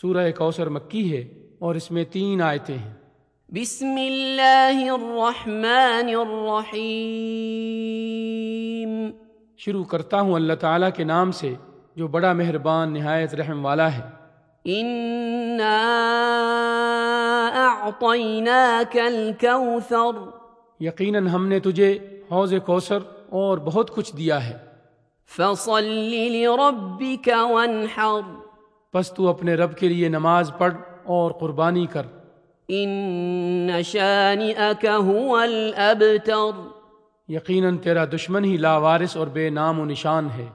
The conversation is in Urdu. سورہ کوثر مکی ہے اور اس میں تین آیتیں ہیں بسم اللہ الرحمن الرحیم شروع کرتا ہوں اللہ تعالیٰ کے نام سے جو بڑا مہربان نہایت رحم والا ہے انا اعطیناک الكوثر یقیناً ہم نے تجھے حوض کوثر اور بہت کچھ دیا ہے فصل لربک وانحر پس تو اپنے رب کے لیے نماز پڑھ اور قربانی کر ان شانئک هو الابتر یقیناً تیرا دشمن ہی لاوارث اور بے نام و نشان ہے